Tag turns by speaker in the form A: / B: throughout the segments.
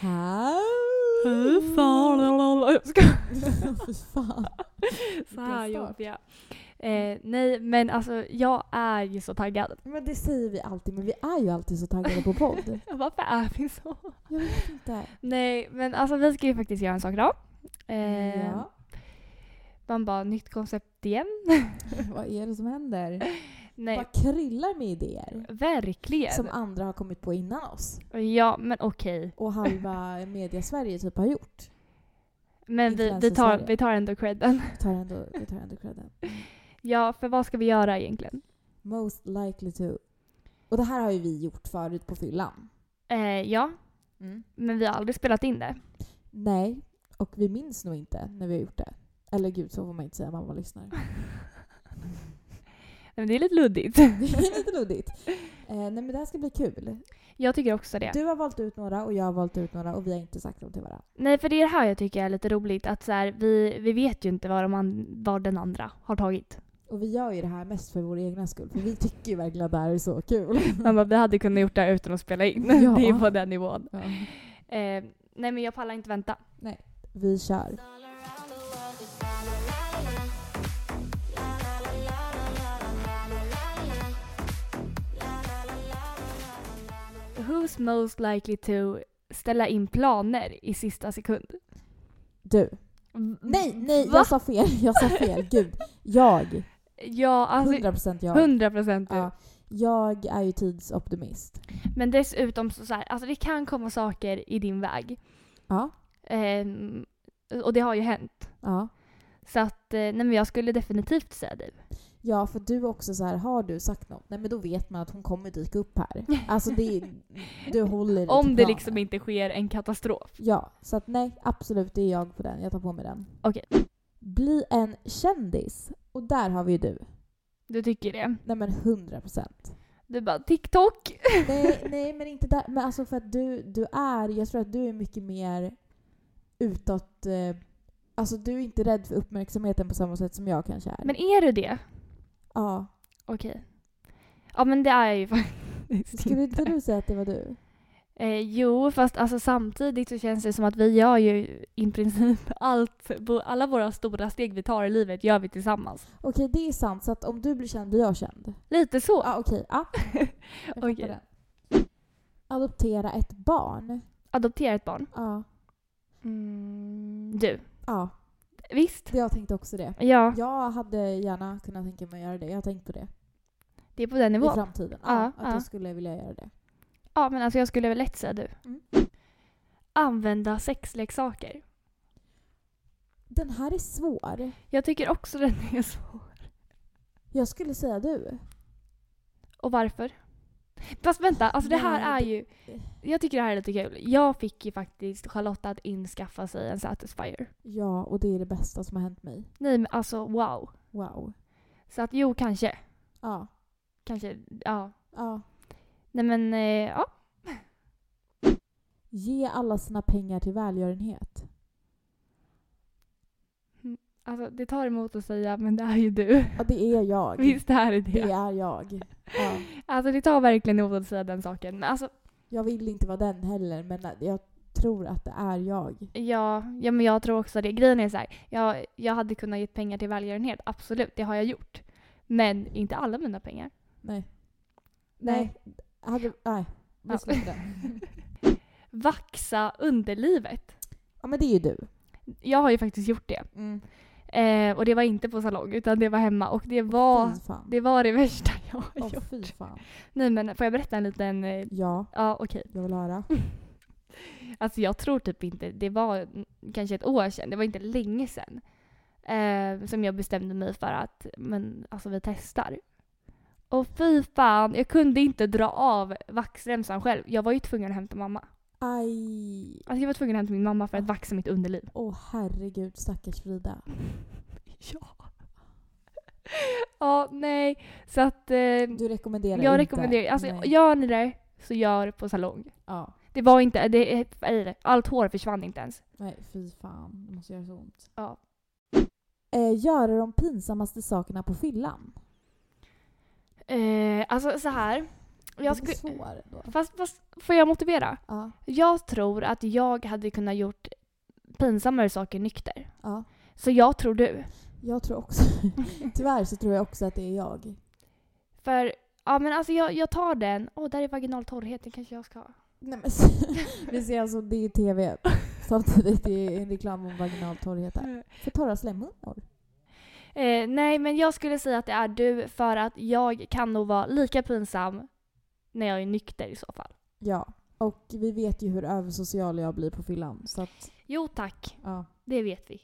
A: Hur
B: Hur fan... Jag skojar.
A: Fy fan.
B: Så här
A: Vilken start.
B: jobbiga. Eh, nej men alltså jag är ju så taggad.
A: Men det säger vi alltid, men vi är ju alltid så taggade på podd.
B: Varför är vi så?
A: Jag vet inte.
B: Nej men alltså vi ska ju faktiskt göra en sak idag. Eh,
A: Ja.
B: Man bara nytt koncept igen.
A: Vad är det som händer?
B: Nej,
A: Vad kryllar med idéer?
B: verkligen.
A: Som andra har kommit på innan oss.
B: Ja men okej.
A: Och halva media-Sverige typ har gjort.
B: Men vi, vi, tar,
A: Influencer-Sverige.
B: vi tar ändå credden.
A: Vi tar ändå, vi tar ändå credden.
B: Ja för vad ska vi göra egentligen?
A: Most likely to. Och det här har ju vi gjort förut på fyllan.
B: Eh, ja men vi har aldrig spelat in det.
A: Nej, och vi minns nog inte när vi har gjort det. Eller gud, så får man inte säga mamma lyssnar.
B: Men det är lite luddigt.
A: Det är lite luddigt. Eh, nej men det här ska bli kul.
B: Jag tycker också det.
A: Du har valt ut några och jag har valt ut några och vi har inte sagt dem till varandra.
B: Nej, för det är det här jag tycker är lite roligt. Att så här, vi, vi vet ju inte vad, de an- vad den andra har tagit.
A: Och vi gör ju det här mest för vår egna skull, för vi tycker ju verkligen att det här är så kul.
B: Man bara, vi hade kunnat gjort det här utan att spela in.
A: Ja.
B: Det är på den nivån.
A: Ja.
B: Eh, nej, men jag pallar inte vänta.
A: Vi kör.
B: Who's most likely to ställa in planer i sista sekund?
A: Du.
B: Mm.
A: Nej, nej,
B: Va?
A: jag sa fel. Jag sa fel. Gud. Jag.
B: Ja, alltså
A: 100% jag.
B: 100 procent
A: Ja. Jag är ju tidsoptimist.
B: Men dessutom så, så här, alltså det kan komma saker i din väg.
A: Ja.
B: Ehm, och det har ju hänt.
A: Ja.
B: Så att, eh, nej men jag skulle definitivt säga dig.
A: Ja, för du är också så här, har du sagt något, nej men då vet man att hon kommer dyka upp här. Alltså det är, du håller dig till
B: Om det
A: planen.
B: liksom inte sker en katastrof.
A: Ja, så att nej, absolut, det är jag på den. Jag tar på mig den.
B: Okej.
A: Bli en kändis. Och där har vi ju du.
B: Du tycker det?
A: Nej men 100 procent.
B: Du bara TikTok?
A: Nej, nej, men inte där. Men alltså för att du, du är, jag tror att du är mycket mer utåt, eh, alltså du är inte rädd för uppmärksamheten på samma sätt som jag kanske är.
B: Men är du det?
A: ja.
B: Okej. Ja men det är jag ju faktiskt
A: Skulle
B: inte.
A: inte du säga att det var du?
B: Eh, jo fast alltså samtidigt så känns det som att vi gör ju i princip allt, bo- alla våra stora steg vi tar i livet gör vi tillsammans.
A: Okej, det är sant. Så att om du blir känd blir jag känd.
B: Lite så.
A: Ja, okej. Ja. Jag fattar
B: Okej.
A: den. Adoptera ett barn.
B: Adoptera ett barn.
A: Ja.
B: Mm, du.
A: Ja,
B: Visst?
A: jag tänkte också det.
B: Ja,
A: Jag hade gärna kunnat tänka mig att göra det. Jag har tänkt på det.
B: det är på den
A: I
B: nivån.
A: framtiden.
B: Ja,
A: Ja, att
B: ja.
A: jag skulle vilja göra det.
B: Ja men alltså jag skulle väl lätt säga du.
A: Mm.
B: Använda sexleksaker.
A: Den här är svår.
B: Jag tycker också den är svår.
A: Jag skulle säga du.
B: Och varför? Fast vänta, alltså det här
A: Nej,
B: är ju... Jag tycker det här är lite kul. Jag fick ju faktiskt Charlotta att inskaffa sig en Satisfyer.
A: Ja, och det är det bästa som har hänt mig.
B: Nej men alltså wow.
A: Wow.
B: Så att jo, kanske.
A: Ja.
B: Kanske, ja.
A: ja.
B: Nej men, eh, ja.
A: Ge alla sina pengar till välgörenhet.
B: Alltså det tar emot att säga men det är ju du.
A: Ja, det är jag.
B: Visst det här är det.
A: Det är jag. Ja.
B: Alltså det tar verkligen emot att säga den saken. Men alltså,
A: Jag vill inte vara den heller, men jag tror att det är jag.
B: ja, ja men jag tror också det. Grejen är så här, jag, jag hade kunnat ge pengar till välgörenhet, absolut, det har jag gjort. Men inte alla mina pengar.
A: Nej.
B: Nej.
A: Nej. Hade, nej. Vi
B: Ja.
A: släpper den.
B: Vaxa underlivet.
A: Ja, men det är ju du.
B: Jag har ju faktiskt gjort det. Eh, och det var inte på salong utan det var hemma och det var
A: Fy fan.
B: det, var det värsta jag har
A: Åh,
B: gjort.
A: fy fan.
B: Nej men får jag berätta en liten... eh,
A: Ja,
B: Ja okej.
A: jag vill höra.
B: Alltså jag tror typ inte, det var mm, kanske ett år sedan, det var inte länge sedan. Eh, som jag bestämde mig för att, men alltså vi testar. Och fy fan, jag kunde inte dra av vaxremsan själv. Jag var ju tvungen att hämta mamma.
A: Aj.
B: Alltså jag var tvungen att hämta min mamma för att vaxa mitt underliv.
A: Åh herregud, stackars Frida.
B: Ja. ja, nej. Så att... Eh,
A: Du Mm. rekommenderar
B: jag
A: inte.
B: rekommenderar, alltså
A: Nej.
B: gör ni det så gör det på salong.
A: Ja.
B: Det var inte, det, eh, allt hår försvann inte ens.
A: Nej, fy fan. Det måste göra så ont.
B: Ja.
A: Eh, göra de pinsammaste sakerna på fyllan.
B: Eh, alltså så här. Jag
A: Den är
B: skulle,
A: svår ändå.
B: fast, fast får jag motivera?
A: Ja,
B: Jag tror att jag hade kunnat gjort pinsammare saker nykter.
A: ja.
B: Så jag tror du.
A: Jag tror också... Tyvärr så tror jag också att det är jag.
B: För ja, men alltså jag, jag tar den. Åh, där är vaginal torrhet. Den kanske jag ska ha.
A: Nej, men, vi ser alltså, det är TV samtidigt. Det är en reklam om vaginal torrhet här. För torra slemhinnor.
B: Mm. Eh, nej, men jag skulle säga att det är du för att jag kan nog vara lika pinsam när jag är nykter i så fall.
A: Ja. Och vi vet ju hur översocial jag blir på fyllan. Så att,
B: Jo tack,
A: ja.
B: det vet vi.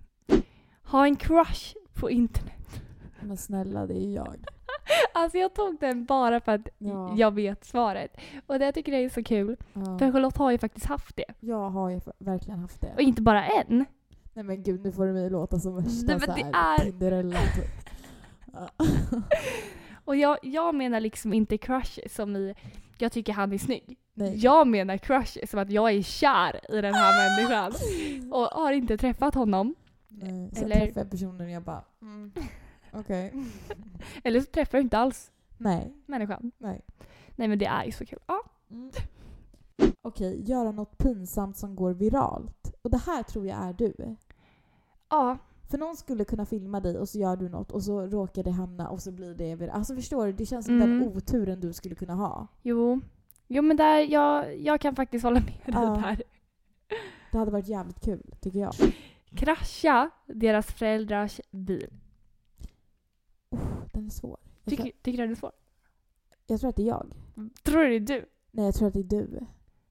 B: ha en crush på internet.
A: Men snälla, det är jag.
B: Alltså jag tog den bara för att
A: Ja.
B: jag vet svaret. Och det tycker jag är så kul. För
A: Ja.
B: Charlotte har ju faktiskt haft det.
A: Jag har ju verkligen haft
B: Och
A: det.
B: inte bara en.
A: Nej men gud, nu får du mig låta som värsta
B: Nej, men det
A: såhär
B: är-
A: Tinderella. typ. Ja.
B: Och jag, jag menar liksom inte crush som i jag tycker han är snygg.
A: Nej.
B: Jag menar crush som att jag är kär i den här människan. Och har inte träffat honom.
A: Nej. Så
B: Eller-
A: träffar jag personen och jag bara mm. okej.
B: Eller så träffar du inte alls
A: Nej.
B: människan.
A: Nej.
B: Nej men det är ju så kul. Ja.
A: Mm. Okej, göra något pinsamt som går viralt. Och det här tror jag är du.
B: ja.
A: För någon skulle kunna filma dig och så gör du något och så råkar det hamna och så blir det viralt. Alltså förstår du? Det känns som den
B: Mm.
A: oturen du skulle kunna ha.
B: Jo. Jo men där, jag, jag kan faktiskt hålla med dig
A: Ja.
B: där.
A: Det hade varit jävligt kul, tycker jag.
B: Krascha deras föräldrars bil.
A: Oh, den är svår. Jag tror,
B: Tycker, tycker du den är svår?
A: jag tror att det är jag.
B: Tror du det är du?
A: Nej, jag tror att det är du.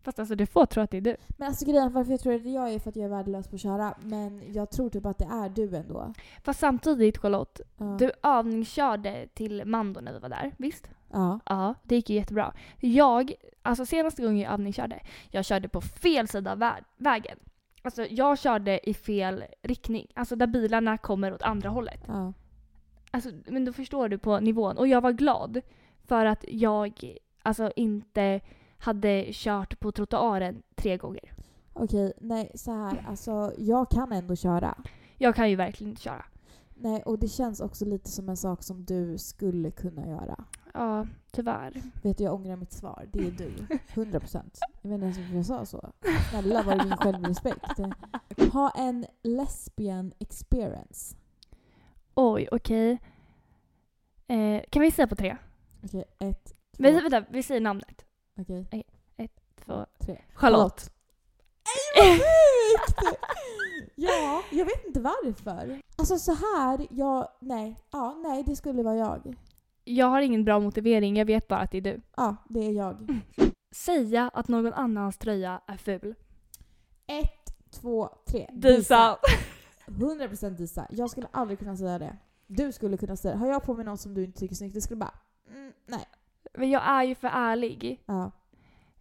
B: Fast alltså du får tro att det är du.
A: Men alltså grejen varför jag tror att det är jag är för att jag är värdelös på att köra. Men jag tror typ att det är du ändå.
B: Fast samtidigt Charlotte,
A: Ja.
B: du övningskörde till Mando när vi var där, visst?
A: Ja.
B: Ja, det gick ju jättebra. Jag, alltså senaste gången jag övningskörde, jag körde på fel sida av vä- vägen. Alltså jag körde i fel riktning, alltså där bilarna kommer åt andra hållet.
A: ja.
B: Alltså, men då förstår du på nivån. Och jag var glad för att jag alltså inte hade kört på trottoaren tre gånger.
A: Okej, nej så här. Alltså jag kan ändå köra.
B: Jag kan ju verkligen inte köra.
A: Nej, och det känns också lite som en sak som du skulle kunna göra.
B: Ja, tyvärr.
A: Vet du, jag ångrar mitt svar. Det är du. 100 procent. Jag vet inte ens varför jag sa så. Snälla, var är din självrespekt? Ha en lesbian experience.
B: Oj, okej. Eh, kan vi säga på tre?
A: Okej, ett, två,
B: Vi, vänta, vi säger namnet.
A: okej,
B: Två.
A: tre.
B: Charlotte.
A: Nej, vad sjukt! Ja, jag vet inte varför. Alltså så här, jag, nej, ja, nej, det skulle vara jag.
B: Jag har ingen bra motivering, jag vet bara att det är du.
A: Ja, det är jag.
B: Mm. Säga att någon annans tröja är ful.
A: Ett, två, tre. 100% Disa. Jag skulle aldrig kunna säga det. Du skulle kunna säga det. Har jag på mig någon som du inte tycker är snygg, du skulle bara mm, nej.
B: Men jag är ju för ärlig.
A: Ja,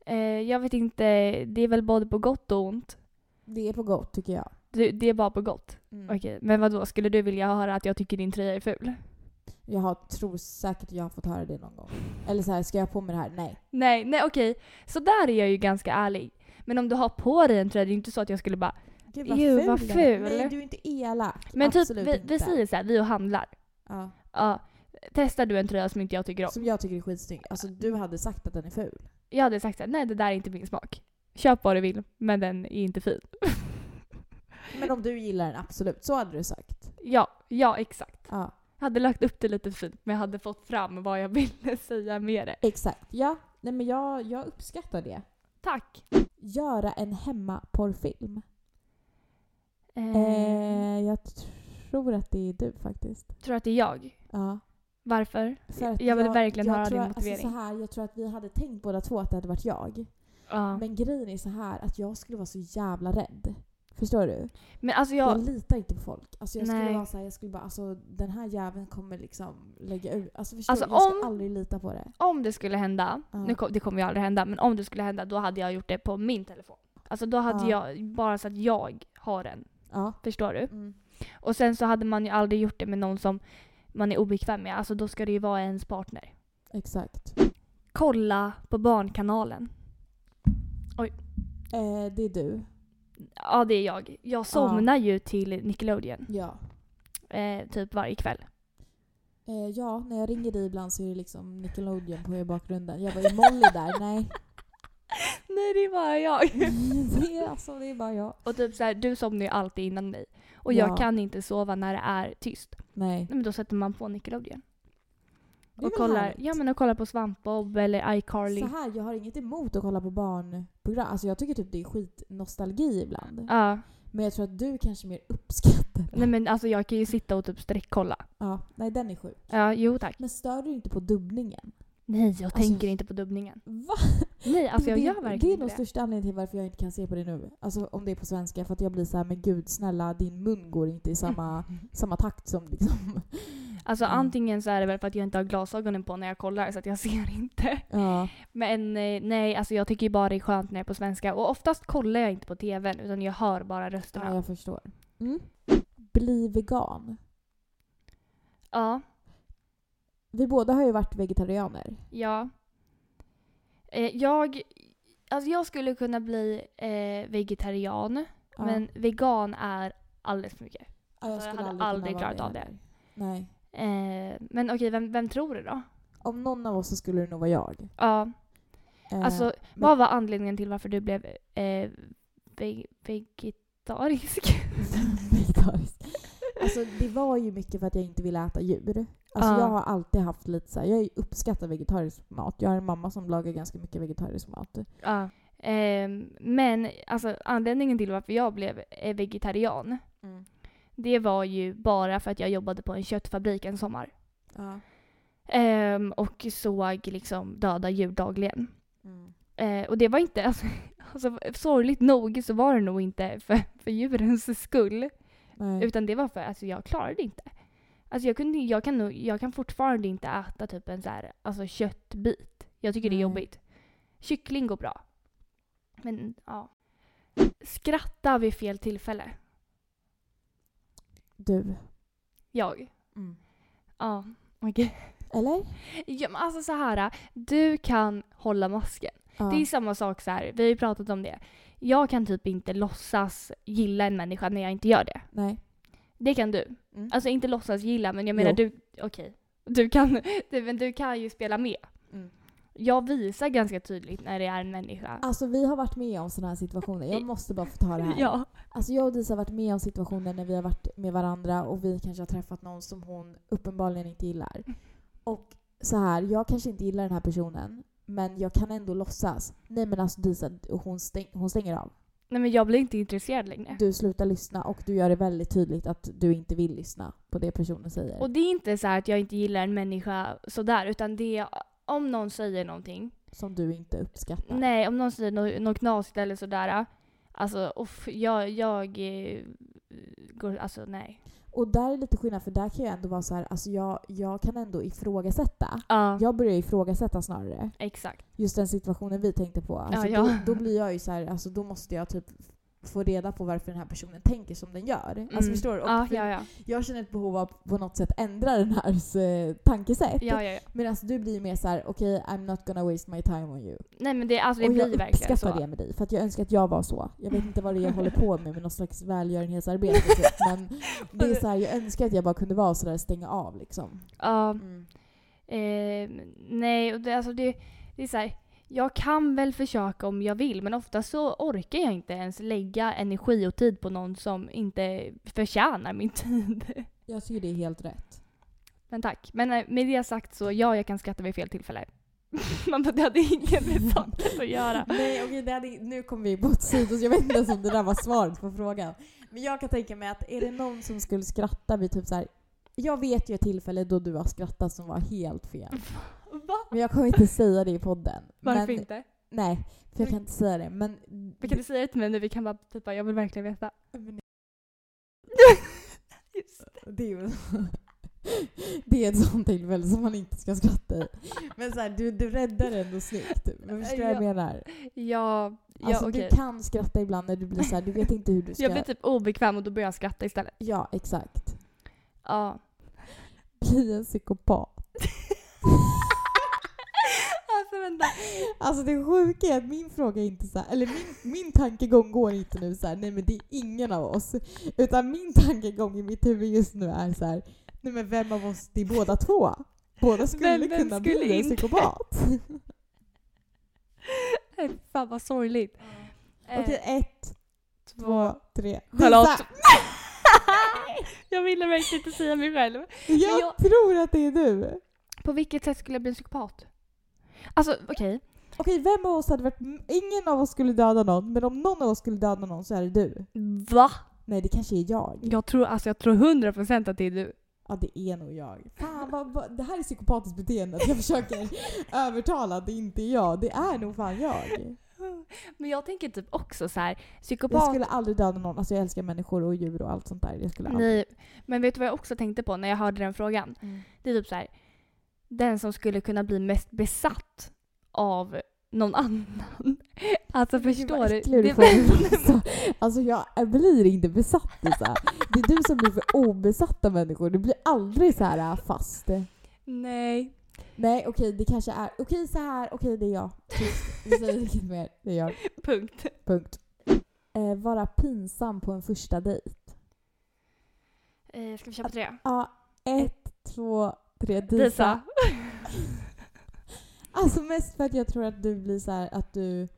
B: Eh, jag vet inte, det är väl både på gott och ont.
A: det är på gott tycker jag.
B: Du, det är bara på gott.
A: Mm.
B: Okej, men vad då? skulle du vilja höra att jag tycker din tröja är ful?
A: Jag har, tror säkert jag har fått höra det någon gång. Eller så här, ska jag ha på mig det här? Nej.
B: Nej, nej okej. Så där är jag ju ganska ärlig. Men om du har på dig en tröja, det är inte så att jag skulle bara...
A: Gud
B: Ew, vad
A: den är.
B: ful.
A: Nej, du är inte elak.
B: Men
A: Absolut
B: typ, vi,
A: inte.
B: vi säger så här, vi och handlar.
A: Ja.
B: Ja. Testar du en tröja som inte jag tycker om?
A: Som jag tycker är skitsnygg. Alltså du hade sagt att den är ful.
B: Jag hade sagt såhär, nej det där är inte min smak. Köp vad du vill, men den är inte fin.
A: Men om du gillar den, absolut. Så hade du sagt.
B: Ja, ja exakt.
A: Ja,
B: Jag hade lagt upp det lite fint, men jag hade fått fram vad jag ville säga med det.
A: exakt. Ja, nej men jag, jag uppskattar det.
B: Tack!
A: Göra en hemmaporrfilm.
B: Eh,
A: Eh, jag tror att det är du faktiskt.
B: tror att det är jag.
A: Ja.
B: Varför?
A: För att
B: Jag vill verkligen höra
A: tror,
B: din
A: alltså,
B: motivering.
A: så här, jag tror att vi hade tänkt båda två att det hade varit jag.
B: Ja. Men,
A: Men grejen är så här att jag skulle vara så jävla rädd. Förstår du?
B: alltså
A: Jag
B: jag...
A: litar inte på folk. Alltså jag skulle
B: Nej.
A: vara så här, jag skulle bara alltså den här jäveln kommer liksom lägga ut. Alltså förstår
B: Alltså,
A: du? Jag skulle
B: om-
A: aldrig lita på det.
B: Om det skulle hända,
A: Ja.
B: nu kom, det kommer ju aldrig hända, men om det skulle hända då hade jag gjort det på min telefon. Alltså då hade
A: Ja.
B: jag, bara så att jag har den.
A: Ja.
B: Förstår du?
A: Mm.
B: Och sen så hade man ju aldrig gjort det med någon som man är obekväm med. Alltså då ska det ju vara ens partner.
A: Exakt.
B: kolla på Barnkanalen.
A: Eh, det är du.
B: Ja, det är jag. Jag somnar ju till Nickelodeon
A: Ja.
B: eh, typ varje kväll.
A: Eh, ja, när jag ringer dig ibland så är det liksom Nickelodeon på i bakgrunden. Jag bara, är Molly där? Nej.
B: Nej, det är bara jag.
A: det, är, alltså, det är bara jag.
B: Och typ så här, du somnar ju alltid innan mig. Och
A: Ja.
B: jag kan inte sova när det är tyst.
A: Nej.
B: Nej, men då sätter man på Nickelodeon.
A: Det är
B: Och
A: väl
B: kollar,
A: härligt.
B: ja, men och kollar på Svampbob eller iCarly.
A: Så här, jag har inget emot att kolla på barnprogram. Alltså jag tycker typ det är skitnostalgi ibland.
B: Ja.
A: Men jag tror att du kanske mer uppskattar det.
B: Nej men alltså jag kan ju sitta och typ streckkolla.
A: Ja, nej den är sjuk.
B: Ja, jo tack.
A: Men stör du inte på dubbningen?
B: Nej, jag
A: Alltså-
B: tänker inte på dubbningen.
A: Va?
B: Nej, alltså jag
A: det,
B: gör
A: det
B: verkligen
A: är
B: inte
A: nog
B: det.
A: största anledningen till varför jag inte kan se på det nu. Alltså om det är på svenska. För att jag blir så här, men gud snälla din mun går inte i samma, samma takt som liksom.
B: Alltså
A: Mm.
B: antingen så är det väl för att jag inte har glasögonen på när jag kollar så att jag ser inte.
A: Ja.
B: Men eh, nej, alltså jag tycker ju bara det är skönt när det är på svenska. Och oftast kollar jag inte på tvn utan jag hör bara rösterna.
A: Ja,
B: Ja.
A: jag förstår. Mm. Bli vegan.
B: ja.
A: Vi båda har ju varit vegetarianer.
B: Eh, jag, alltså jag skulle kunna bli eh, vegetarian
A: Ja.
B: men vegan är alldeles för mycket.
A: ja, jag
B: alltså, jag
A: skulle
B: hade
A: aldrig, kunna vara
B: aldrig klarat av
A: vegan.
B: det.
A: Nej.
B: Eh, men okej, vem, vem tror du då?
A: Om någon av oss så skulle det nog vara jag.
B: Ja,
A: Eh,
B: alltså vad var anledningen till varför du blev eh, ve- vegetarisk?
A: vegetariskt. Alltså det var ju mycket för att jag inte ville äta djur. Alltså
B: Ja.
A: jag har alltid haft lite så här, jag uppskattar vegetarisk mat. Jag har en mamma som lagar ganska mycket vegetarisk mat.
B: Ja. Ehm, men alltså, anledningen till varför jag blev eh, vegetarian det var ju bara för att jag jobbade på en köttfabrik en sommar.
A: Ja.
B: Ehm, och såg liksom döda djur dagligen. Eh, och det var inte, alltså, alltså, sorgligt nog så var det nog inte för, för djurens skull.
A: Nej.
B: Utan det var för att alltså, jag klarade inte. Alltså, jag, kunde, jag, kan nog, jag kan fortfarande inte äta typ en så här, alltså, köttbit. Jag tycker det
A: Nej.
B: är jobbigt. Kyckling går bra. Men ja. Skratta vid fel tillfälle.
A: Du.
B: Jag. Ja. okej.
A: Eller?
B: Ja, men alltså så här. Du kan hålla masken.
A: Ja.
B: Det är samma sak så här. Vi har ju pratat om det. Jag kan typ inte låtsas gilla en människa när jag inte gör det.
A: Nej.
B: Det kan du.
A: Mm.
B: Alltså inte låtsas gilla men jag menar
A: Jo.
B: du, okej. Du kan, du, men du kan ju spela med.
A: Mm.
B: Jag visar ganska tydligt när det är en människa.
A: Alltså vi har varit med om sådana här situationer. Jag måste bara få ta det här.
B: Ja.
A: Alltså jag och Disa har varit med om situationer när vi har varit med varandra och vi kanske har träffat någon som hon uppenbarligen inte gillar.
B: Mm.
A: Och så här, jag kanske inte gillar den här personen men jag kan ändå låtsas. Nej men alltså Disa, hon, stäng, hon stänger av.
B: Nej men jag blir inte intresserad längre.
A: Du slutar lyssna och du gör det väldigt tydligt att du inte vill lyssna på det personen säger.
B: Och det är inte så här att jag inte gillar en människa sådär utan det är om någon säger någonting.
A: som du inte uppskattar.
B: Nej, om någon säger något, något knasigt eller sådär. Alltså uff, jag, jag eh, går, alltså nej.
A: Och där är lite skillnad för där kan jag ändå vara så här, alltså jag, jag kan ändå ifrågasätta.
B: Ja,
A: Jag börjar ifrågasätta snarare.
B: exakt.
A: just den situationen vi tänkte på. Alltså,
B: Ja, ja.
A: Då, då blir jag ju så här, alltså, då måste jag typ få reda på varför den här personen tänker som den gör. Alltså,
B: Mm.
A: förstår du? Och
B: Ja,
A: för-
B: ja, ja.
A: Jag känner ett behov av att på något sätt ändra den här eh, tankesätt.
B: ja, ja, ja.
A: Medan du blir mer så här: okej I'm not gonna waste my time on you.
B: Nej men det, alltså, det
A: och
B: blir
A: jag
B: verkligen så.
A: uppskattar det med dig. För att jag önskar att jag var så. Jag vet inte vad det är jag håller på med, med något slags välgörenhetsarbete typ. Men det är så här, jag önskar att jag bara kunde vara sådär stänga av liksom.
B: Ja,
A: Mm.
B: eh, nej, och det, alltså det, det är så här, jag kan väl försöka om jag vill men ofta så orkar jag inte ens lägga energi och tid på någon som inte förtjänar min tid.
A: Jag tycker det är helt rätt.
B: Men tack. Men eh, med det sagt så ja, jag kan skratta vid fel tillfälle. Man bara, det hade inget med saken att göra.
A: Nej okej, det hade- nu kommer vi på ett sidos. Jag vet inte ens om det där var svaret på frågan. Men jag kan tänka mig att är det någon som skulle skratta vid typ så här. Jag vet ju ett tillfälle då du har skrattat som var helt fel.
B: Va?
A: Men jag kommer inte säga det i podden.
B: Varför
A: men,
B: inte?
A: Nej, för jag kan inte säga det. Men...
B: Vi kan inte säga det till mig nu, vi kan bara typ bara, jag vill verkligen veta.
A: men
B: Just.
A: det, är ju... det är ett sånt tillfälle som man inte ska skratta i. Men så här, du, du räddar det ändå snyggt. Men förstår du vad jag
B: Ja.
A: menar?
B: Ja, ja
A: Alltså
B: okej.
A: du kan skratta ibland när du blir så här, du vet inte hur du ska...
B: Jag blir typ obekväm och då börjar jag skratta istället.
A: Ja, exakt.
B: Ja.
A: Bli en psykopat.
B: alltså vänta.
A: Alltså det sjuka är att min fråga är inte så här, eller min, min tankegång går inte nu så här, nej men det är ingen av oss. Utan min tankegång i mitt huvud just nu är så här, Nej men vem av oss, det är båda två. Båda skulle
B: Men vem
A: kunna
B: skulle
A: bli en
B: inte?
A: psykopat.
B: Fan vad sorgligt. Eh,
A: Okej, ett, två, tre.
B: Charlotte.
A: Lisa!
B: jag ville verkligen inte säga mig själv.
A: Jag,
B: jag-
A: tror att det är du.
B: På vilket sätt skulle jag bli en psykopat? Alltså okej,
A: Okej, vem av oss hade varit... Ingen av oss skulle döda någon, men om någon av oss skulle döda någon så är det du.
B: va?
A: Nej, det kanske är jag.
B: Jag tror, alltså, jag tror 100% att det är du.
A: Ja, det är nog jag. Fan, vad, vad, det här är psykopatiskt beteende. att Jag försöker övertala att det inte är jag. Det är nog fan jag.
B: Men jag tänker typ också så här,
A: Jag
B: psykopat...
A: skulle aldrig döda någon. Alltså jag älskar människor och djur och allt sånt där. Jag skulle aldrig.
B: Nej, men vet du vad jag också tänkte på när jag hörde den frågan?
A: Mm.
B: Det är typ så här, den som skulle kunna bli mest besatt av någon annan. Alltså förstår
A: Vad
B: du?
A: äcklig
B: Det-
A: får bli, alltså. alltså jag blir inte besatt Lisa. Det är du som blir för obesatt av människor. Du blir aldrig så här äh, fast.
B: Nej.
A: Nej okej det kanske är, okej så här, okej det är jag. Tyst. Vi säger inget mer. Det är jag.
B: Punkt.
A: Punkt. Eh, vara pinsam på en första dejt.
B: Eh, ska vi köpa tre?
A: Ja, ett, två, tre. Disa.
B: Lisa.
A: Alltså mest för att jag tror att du blir så här att du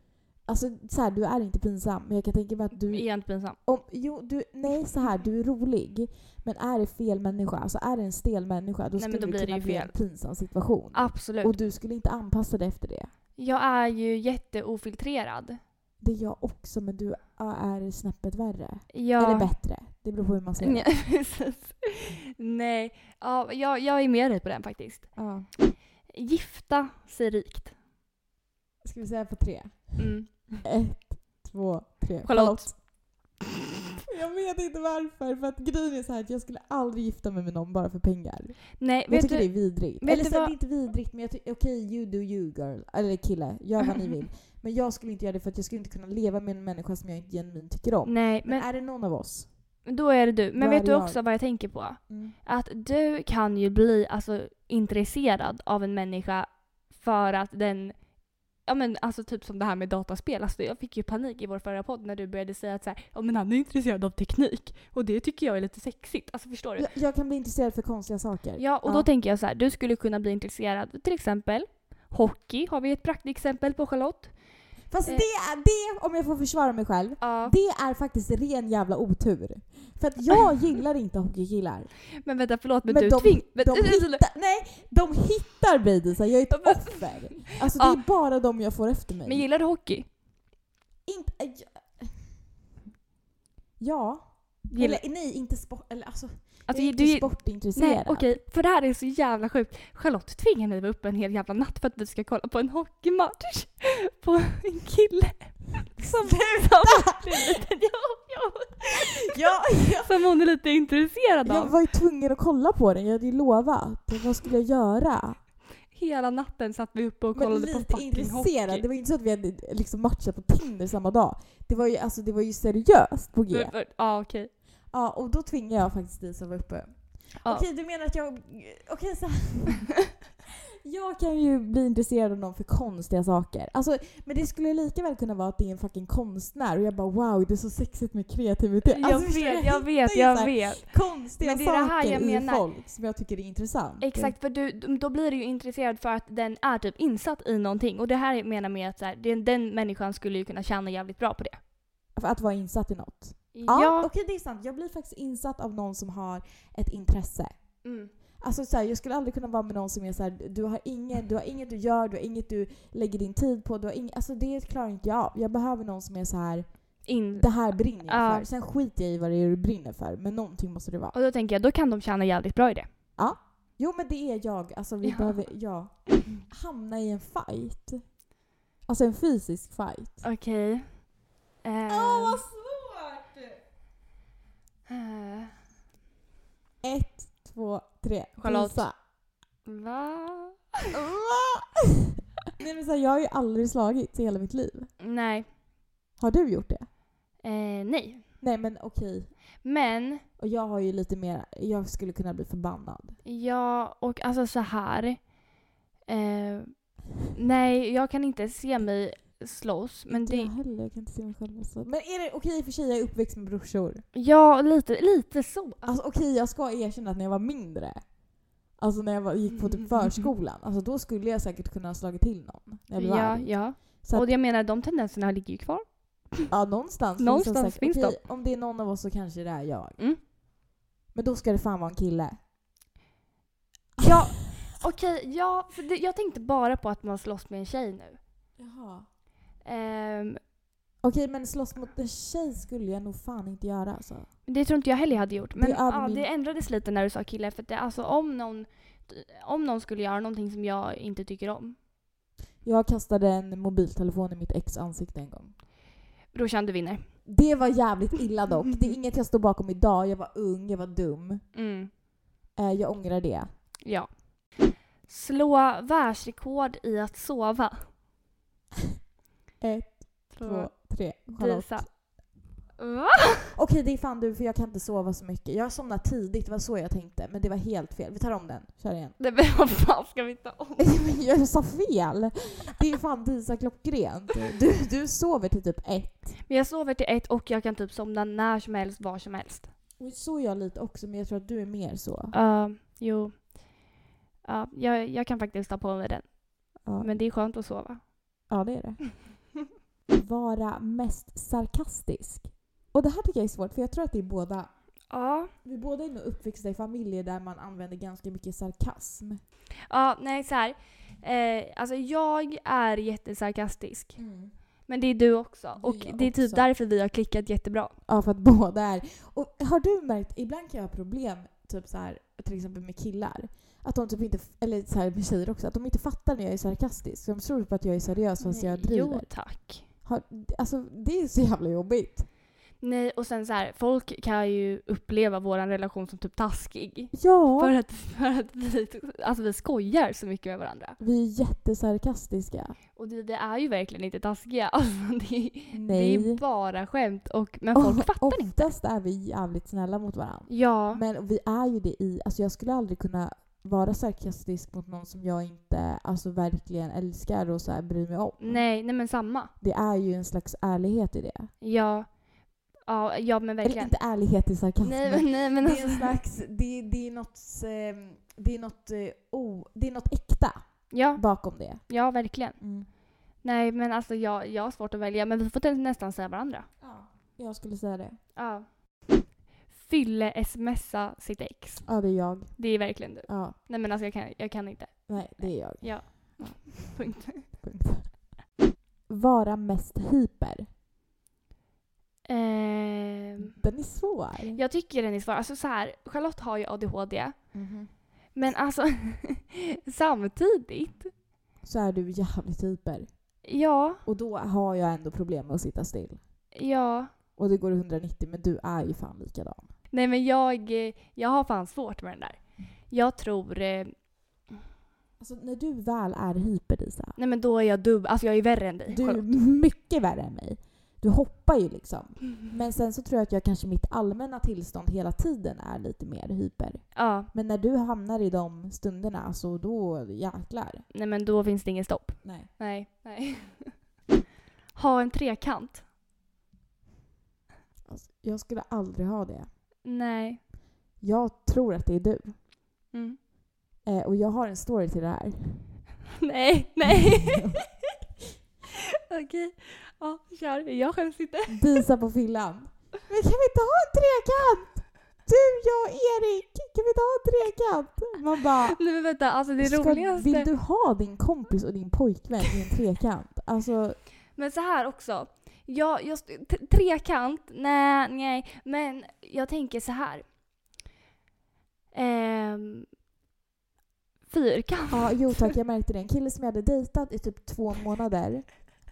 A: Alltså så här, du är inte pinsam, men jag kan tänka mig att du...
B: Är jag inte pinsam?
A: Om, jo, du nej, så här, du är rolig, men är det fel människa, alltså är det en stel människa, då
B: Nej, men
A: skulle
B: då
A: det
B: blir det
A: kunna
B: ju
A: bli
B: fel.
A: en pinsam situation.
B: Absolut.
A: Och du skulle inte anpassa dig efter det.
B: Jag är ju jätteofiltrerad.
A: Det är jag också, men du är snäppet värre.
B: Jag...
A: Eller bättre. Det beror på hur man ser det.
B: Nej, precis. Nej, ja, jag, jag är med dig på den faktiskt.
A: Ja.
B: Gifta sig rikt.
A: Ska vi säga på tre?
B: Mm.
A: Ett, två, tre.
B: Charlotte.
A: Jag vet inte varför, för att grejen är så här att jag skulle aldrig gifta mig med någon bara för pengar.
B: Nej,
A: Jag
B: vet
A: tycker
B: du,
A: det är vidrigt.
B: vet
A: Eller
B: du
A: så här,
B: vad-
A: det är inte vidrigt, men jag tycker okej, you do you girl. Eller kille, gör vad ni vill. Men jag skulle inte göra det för att jag skulle inte kunna leva med en människa som jag inte genuint tycker om.
B: nej
A: Men,
B: men
A: är det någon av oss?
B: då är det du. Men
A: Då
B: vet
A: är
B: du
A: jag.
B: också vad jag tänker på?
A: Mm.
B: Att du kan ju bli alltså, intresserad av en människa för att den Ja men alltså typ som det här med dataspel. Alltså, jag fick ju panik i vår förra podd när du började säga att så här, ja men han är intresserad av teknik och det tycker jag är lite sexigt. Alltså förstår du?
A: Jag, jag kan bli intresserad för konstiga saker.
B: Ja, och då tänker jag så här, du skulle kunna bli intresserad till exempel hockey har vi ett praktexempel på Charlotte.
A: Fast det,
B: eh.
A: är- det, om jag får försvara mig själv,
B: Ja.
A: det är faktiskt ren jävla otur. För att jag gillar inte hockeykillar.
B: Men vänta förlåt men,
A: Men
B: du
A: de-
B: tving... men- alltså,
A: De hittar, nej, de hittar mig Disa, jag är ett offer. Alltså det
B: Ja.
A: är bara de jag får efter mig.
B: men gillar du hockey?
A: Inte, äh, jag- ja.
B: Gillar...
A: Eller nej, inte sport. Eller alltså,
B: Alltså,
A: jag är inte
B: du... Nej
A: sportintresserad.
B: okej, för det här är så jävla sjukt. Charlotte tvingar mig att vara uppe en hel jävla natt för att vi ska kolla på en hockeymatch på en kille. Som, som, jo, jo,
A: Ja, ja.
B: som hon är lite intresserad
A: Jag
B: av.
A: var ju tvungen att kolla på den, jag hade ju lovat. Vad skulle jag göra?
B: Hela natten satt vi uppe och
A: Men
B: kollade på
A: lite
B: fucking
A: intresserad,
B: hockey.
A: det var ju inte så att vi hade liksom matchat på Tinder samma dag. Det var ju, alltså, det var ju seriöst på G.
B: Ja ah, okej.
A: Ja, och då tvingade jag faktiskt dig som var uppe.
B: Ja.
A: Okej, du menar att jag... Okej, så här. Jag kan ju bli intresserad av någon för konstiga saker. Alltså, men det skulle lika väl kunna vara att det är en fucking konstnär och jag bara wow, det är så sexigt med kreativitet.
B: Jag
A: Alltså, förstår du?
B: vet, jag
A: hittar ju
B: vet,
A: så
B: jag
A: här
B: vet.
A: Konstiga
B: Men det är det här
A: saker
B: jag
A: i
B: menar.
A: folk som jag tycker är intressant.
B: Exakt, för du, då blir du ju intresserad för att den är typ insatt i någonting. Och det här menar med att så här, den, den människan skulle ju kunna tjäna jävligt bra på det.
A: För att vara insatt i något. Ja, okej det är sant. Jag blir faktiskt insatt av någon som har ett intresse.
B: Mm.
A: Alltså så här, jag skulle aldrig kunna vara med någon som är så här, du har inget du, har inget du gör, du har inget du lägger din tid på. Du har inget, alltså det klarar inte jag av. Jag behöver någon som är så här,
B: In.
A: det här brinner jag
B: Ja.
A: för. Sen skiter jag i vad det är du brinner för, men någonting måste det vara.
B: Och då tänker jag, då kan de tjäna jävligt bra i det.
A: Jo men det är jag, alltså vi
B: Ja.
A: behöver, ja. Hamna i en fight. Alltså en fysisk fight.
B: Okej. Eh, Äh.
A: svårt!
B: eh,
A: Ett, två, tre.
B: Charlotte.
A: Lisa.
B: va?
A: Nej men så här, jag har ju aldrig slagit i hela mitt liv.
B: Nej.
A: Har du gjort det?
B: Eh, nej.
A: Nej men okej.
B: Men,
A: Och jag har ju lite mer, jag skulle kunna bli förbannad.
B: jag och alltså så här. Eh, nej, jag kan inte se mig slåss. Men
A: Inte jag
B: det,
A: heller, jag kan inte se mig själv så. Men är det okej för tjejer jag är uppväxt med brorsor?
B: ja, lite, lite så.
A: Alltså okej, jag ska erkänna att när jag var mindre, alltså när jag var, gick på
B: Mm,
A: typ förskolan, alltså då skulle jag säkert kunna ha slagit till någon. När jag blev
B: Ja,
A: arg.
B: ja.
A: Så att,
B: Och jag menar, de tendenserna ligger ju kvar.
A: ja, någonstans,
B: Någonstans
A: finns,
B: finns
A: det säkert- okej, Om det är någon av oss så kanske det är jag.
B: Mm.
A: Men då ska det fan vara en kille.
B: Ja, okej, ja. För det, jag tänkte bara på att man slåss med en tjej nu.
A: Jaha.
B: Ehm,
A: Okej, men slåss mot en tjej skulle jag nog fan inte göra alltså.
B: det tror inte jag heller jag hade gjort. Men
A: Det
B: det,
A: är
B: ja,
A: min-
B: det ändrades lite när du sa kille. För att det, alltså, om, någon, om någon skulle göra någonting som jag inte tycker om,
A: Jag kastade en mobiltelefon i mitt ex ansikte en gång.
B: brorsan du vinner.
A: Det var jävligt illa dock. Det är inget jag står bakom idag. Jag var ung, jag var dum.
B: Mm.
A: Eh, jag ångrar det.
B: Ja. Slå världsrekord i att sova.
A: Ett, två, tre. Charlotte.
B: Disa. Va?
A: Okej, det är fan du för jag kan inte sova så mycket. Jag somnade tidigt, det var så jag tänkte. Men det var helt fel. Vi tar om den. Kör igen.
B: Nej, men vad fan ska vi ta om?
A: jag sa fel! Det är fan Disa klockrent. Du, du sover till typ ett.
B: Men jag sover till ett och jag kan typ somna när som helst, var som helst.
A: Och så är jag lite också, men jag tror att du är mer så.
B: Ja, jo. Ja, jag, jag kan faktiskt ta på mig den.
A: Ja,
B: Men det är skönt att sova.
A: ja det är det. Vara mest sarkastisk. Och det här tycker jag är svårt, för jag tror att det är båda.
B: Ja.
A: Vi båda är nog uppväxta i familjer där man använder ganska mycket sarkasm.
B: Ja, nej så här. Eh, alltså jag är jättesarkastisk. Men det är du också.
A: Det är
B: Och
A: jag
B: det är typ
A: också.
B: därför vi har klickat jättebra.
A: Ja, för att båda är... Och har du märkt, ibland kan jag ha problem typ så här, till exempel med killar. Att de typ inte, eller så här med tjejer också, att de inte fattar när jag är sarkastisk. De tror på att jag är seriös fast jag
B: jo
A: driver.
B: tack.
A: Har, alltså det är så jävla jobbigt.
B: Nej och sen så här, folk kan ju uppleva vår relation som typ taskig.
A: Ja!
B: För att, för att vi, alltså vi skojar så mycket med varandra.
A: Vi är jättesarkastiska.
B: Och det, det är ju verkligen inte taskiga. Alltså det, är- det
A: Nej.
B: är bara skämt. Och, men folk
A: Och
B: fattar inte.
A: Oftast är vi jävligt snälla mot varandra.
B: Ja.
A: Men vi är ju det i... Alltså jag skulle aldrig kunna vara sarkastisk mot någon som jag inte alltså verkligen älskar och så här bryr mig om.
B: Nej, nej men samma.
A: Det är ju en slags ärlighet i det.
B: Ja. Ja, ja men
A: Eller
B: verkligen.
A: inte ärlighet i sarkasm.
B: Nej
A: men
B: men, nej, men
A: det
B: alltså.
A: är en slags... Det, det är något... eh, Det är något, eh, o- det är något äkta
B: Ja,
A: bakom det. Mm.
B: ja verkligen. Nej men alltså jag, jag har svårt att välja men vi får nästan säga varandra.
A: Ja, jag skulle säga det.
B: Ja. Fylle smsa sitt ex.
A: Ja, det är jag.
B: Det är verkligen du.
A: Ja,
B: Nej men alltså jag kan, jag kan inte.
A: nej, det är jag.
B: Ja. Punkt.
A: Punkt. Vara mest hyper.
B: Ehm,
A: Den är svår.
B: jag tycker den är svår. Alltså så här, Charlotte har ju ADHD.
A: Mhm.
B: Men alltså samtidigt.
A: Så är du jävligt hyper.
B: Ja,
A: Och då har jag ändå problem med att sitta still.
B: ja.
A: Och det går 190 men du är ju fan likadan.
B: Nej men jag, eh, jag har fan svårt med den där. Jag tror, eh,
A: Alltså när du väl är hyper Lisa,
B: nej men då är jag dubb, alltså jag är värre än dig.
A: du är
B: Charlotte.
A: mycket värre än mig. Du hoppar ju liksom. Men sen så tror jag att jag kanske mitt allmänna tillstånd hela tiden är lite mer hyper.
B: Ja,
A: Men när du hamnar i de stunderna, alltså då jäklar.
B: nej men då finns det ingen stopp.
A: Nej.
B: Nej, nej. ha en trekant?
A: Alltså, jag skulle aldrig ha det.
B: Nej.
A: Jag tror att det är du.
B: Mm.
A: Eh, och jag har en story till det här.
B: Nej, nej. Okej, ja kör. Jag skäms inte.
A: Disa på fyllan. Men kan vi inte ha en trekant? Du, jag och Erik, kan vi inte ha en trekant? Man bara...
B: Nej men vänta, alltså det
A: ska-
B: roligaste.
A: Vill du ha din kompis och din pojkvän i en trekant? Alltså,
B: Men så här också. Jag, jag, t- trekant? Nej, nej. Men jag tänker så här. Ehm, fyrkant?
A: ja, jo tack, jag märkte det. En kille som jag hade dejtat i typ två månader.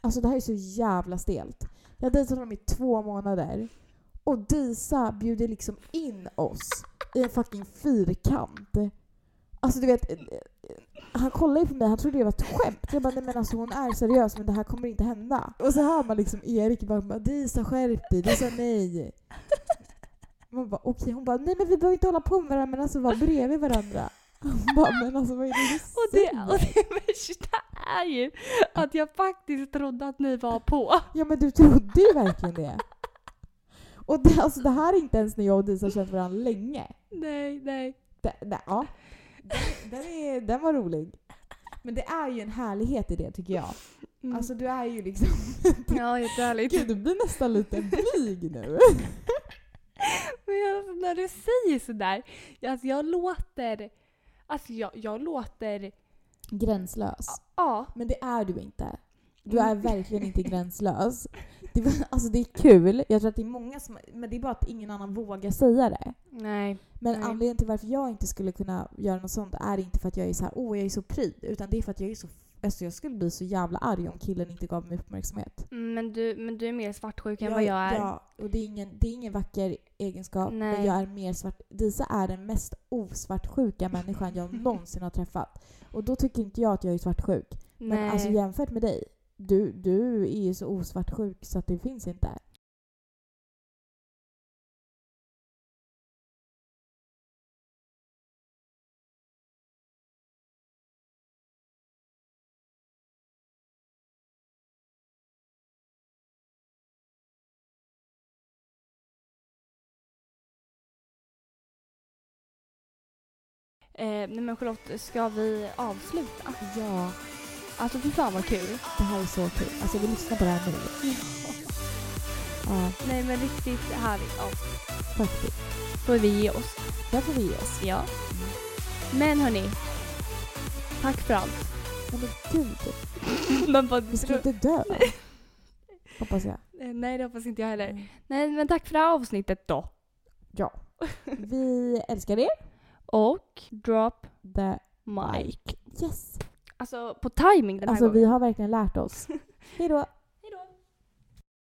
A: Alltså det här är så jävla stelt. Jag dejtade honom i två månader. Och Disa bjuder liksom in oss i en fucking fyrkant. Alltså du vet, eh, eh, han kollade ju på mig, han trodde det var ett skämt. Jag bara, nej men alltså hon är seriös men det här kommer inte hända. Och så hör man liksom Erik bara, bara Disa skärp dig, Disa nej. Man bara okej, hon bara nej men vi behöver inte hålla på med varandra men alltså vara bredvid varandra. Han bara men alltså vad är det du
B: Och det, och
A: säger?
B: det värsta är ju att jag faktiskt trodde att ni var på.
A: Ja men du trodde ju verkligen det. Och det, alltså, det här är inte ens när jag och Disa har känt varandra länge.
B: Nej, nej.
A: Det, det, ja. den, den, är, den var rolig. Men det är ju en härlighet i det tycker jag.
B: Mm.
A: Alltså du är ju liksom...
B: ja, jättehärligt.
A: Gud, du blir nästan lite blyg nu.
B: Men alltså, när du säger sådär, jag- alltså jag låter... Alltså jag, jag låter...
A: Gränslös.
B: Ja.
A: Men det är du inte. Du är verkligen inte gränslös. Det, var- alltså det är kul. Jag tror att det är många som... Men det är bara att ingen annan vågar säga det.
B: Nej.
A: Men
B: Nej.
A: anledningen till varför jag inte skulle kunna göra något sånt är inte för att jag är så här, åh jag är så pryd. Utan det är för att jag är så... Alltså jag skulle bli så jävla arg om killen inte gav mig uppmärksamhet.
B: Men du, men du är mer svartsjuk än vad jag är.
A: Ja, och det är ingen, det är ingen vacker egenskap. Men
B: Nej.
A: jag är mer svart. Disa är den mest osvartsjuka människan jag någonsin har träffat. Och då tycker inte jag att jag är svartsjuk. Men
B: Nej.
A: alltså jämfört med dig, du, du är ju så osvartsjuk så att det finns inte.
B: eh, nej men Charlotte, ska vi avsluta?
A: Ja,
B: Alltså fy fan vad kul.
A: det här är så kul. Alltså vi lyssnar på det här nu. Ja,
B: Nej men riktigt härligt avsnitt.
A: faktiskt.
B: Får vi ge oss.
A: Där får vi ge oss.
B: Ja. Men hörni. Tack för allt.
A: Nej, Men gud,
B: men vad,
A: vi ska inte dö. Hoppas jag.
B: Nej det hoppas inte jag heller. Nej men tack för det här avsnittet då.
A: Ja. Vi älskar er.
B: Och drop
A: The
B: mic.
A: Yes!
B: Alltså på timing den här
A: Alltså
B: gången.
A: vi har verkligen lärt oss. Hej då!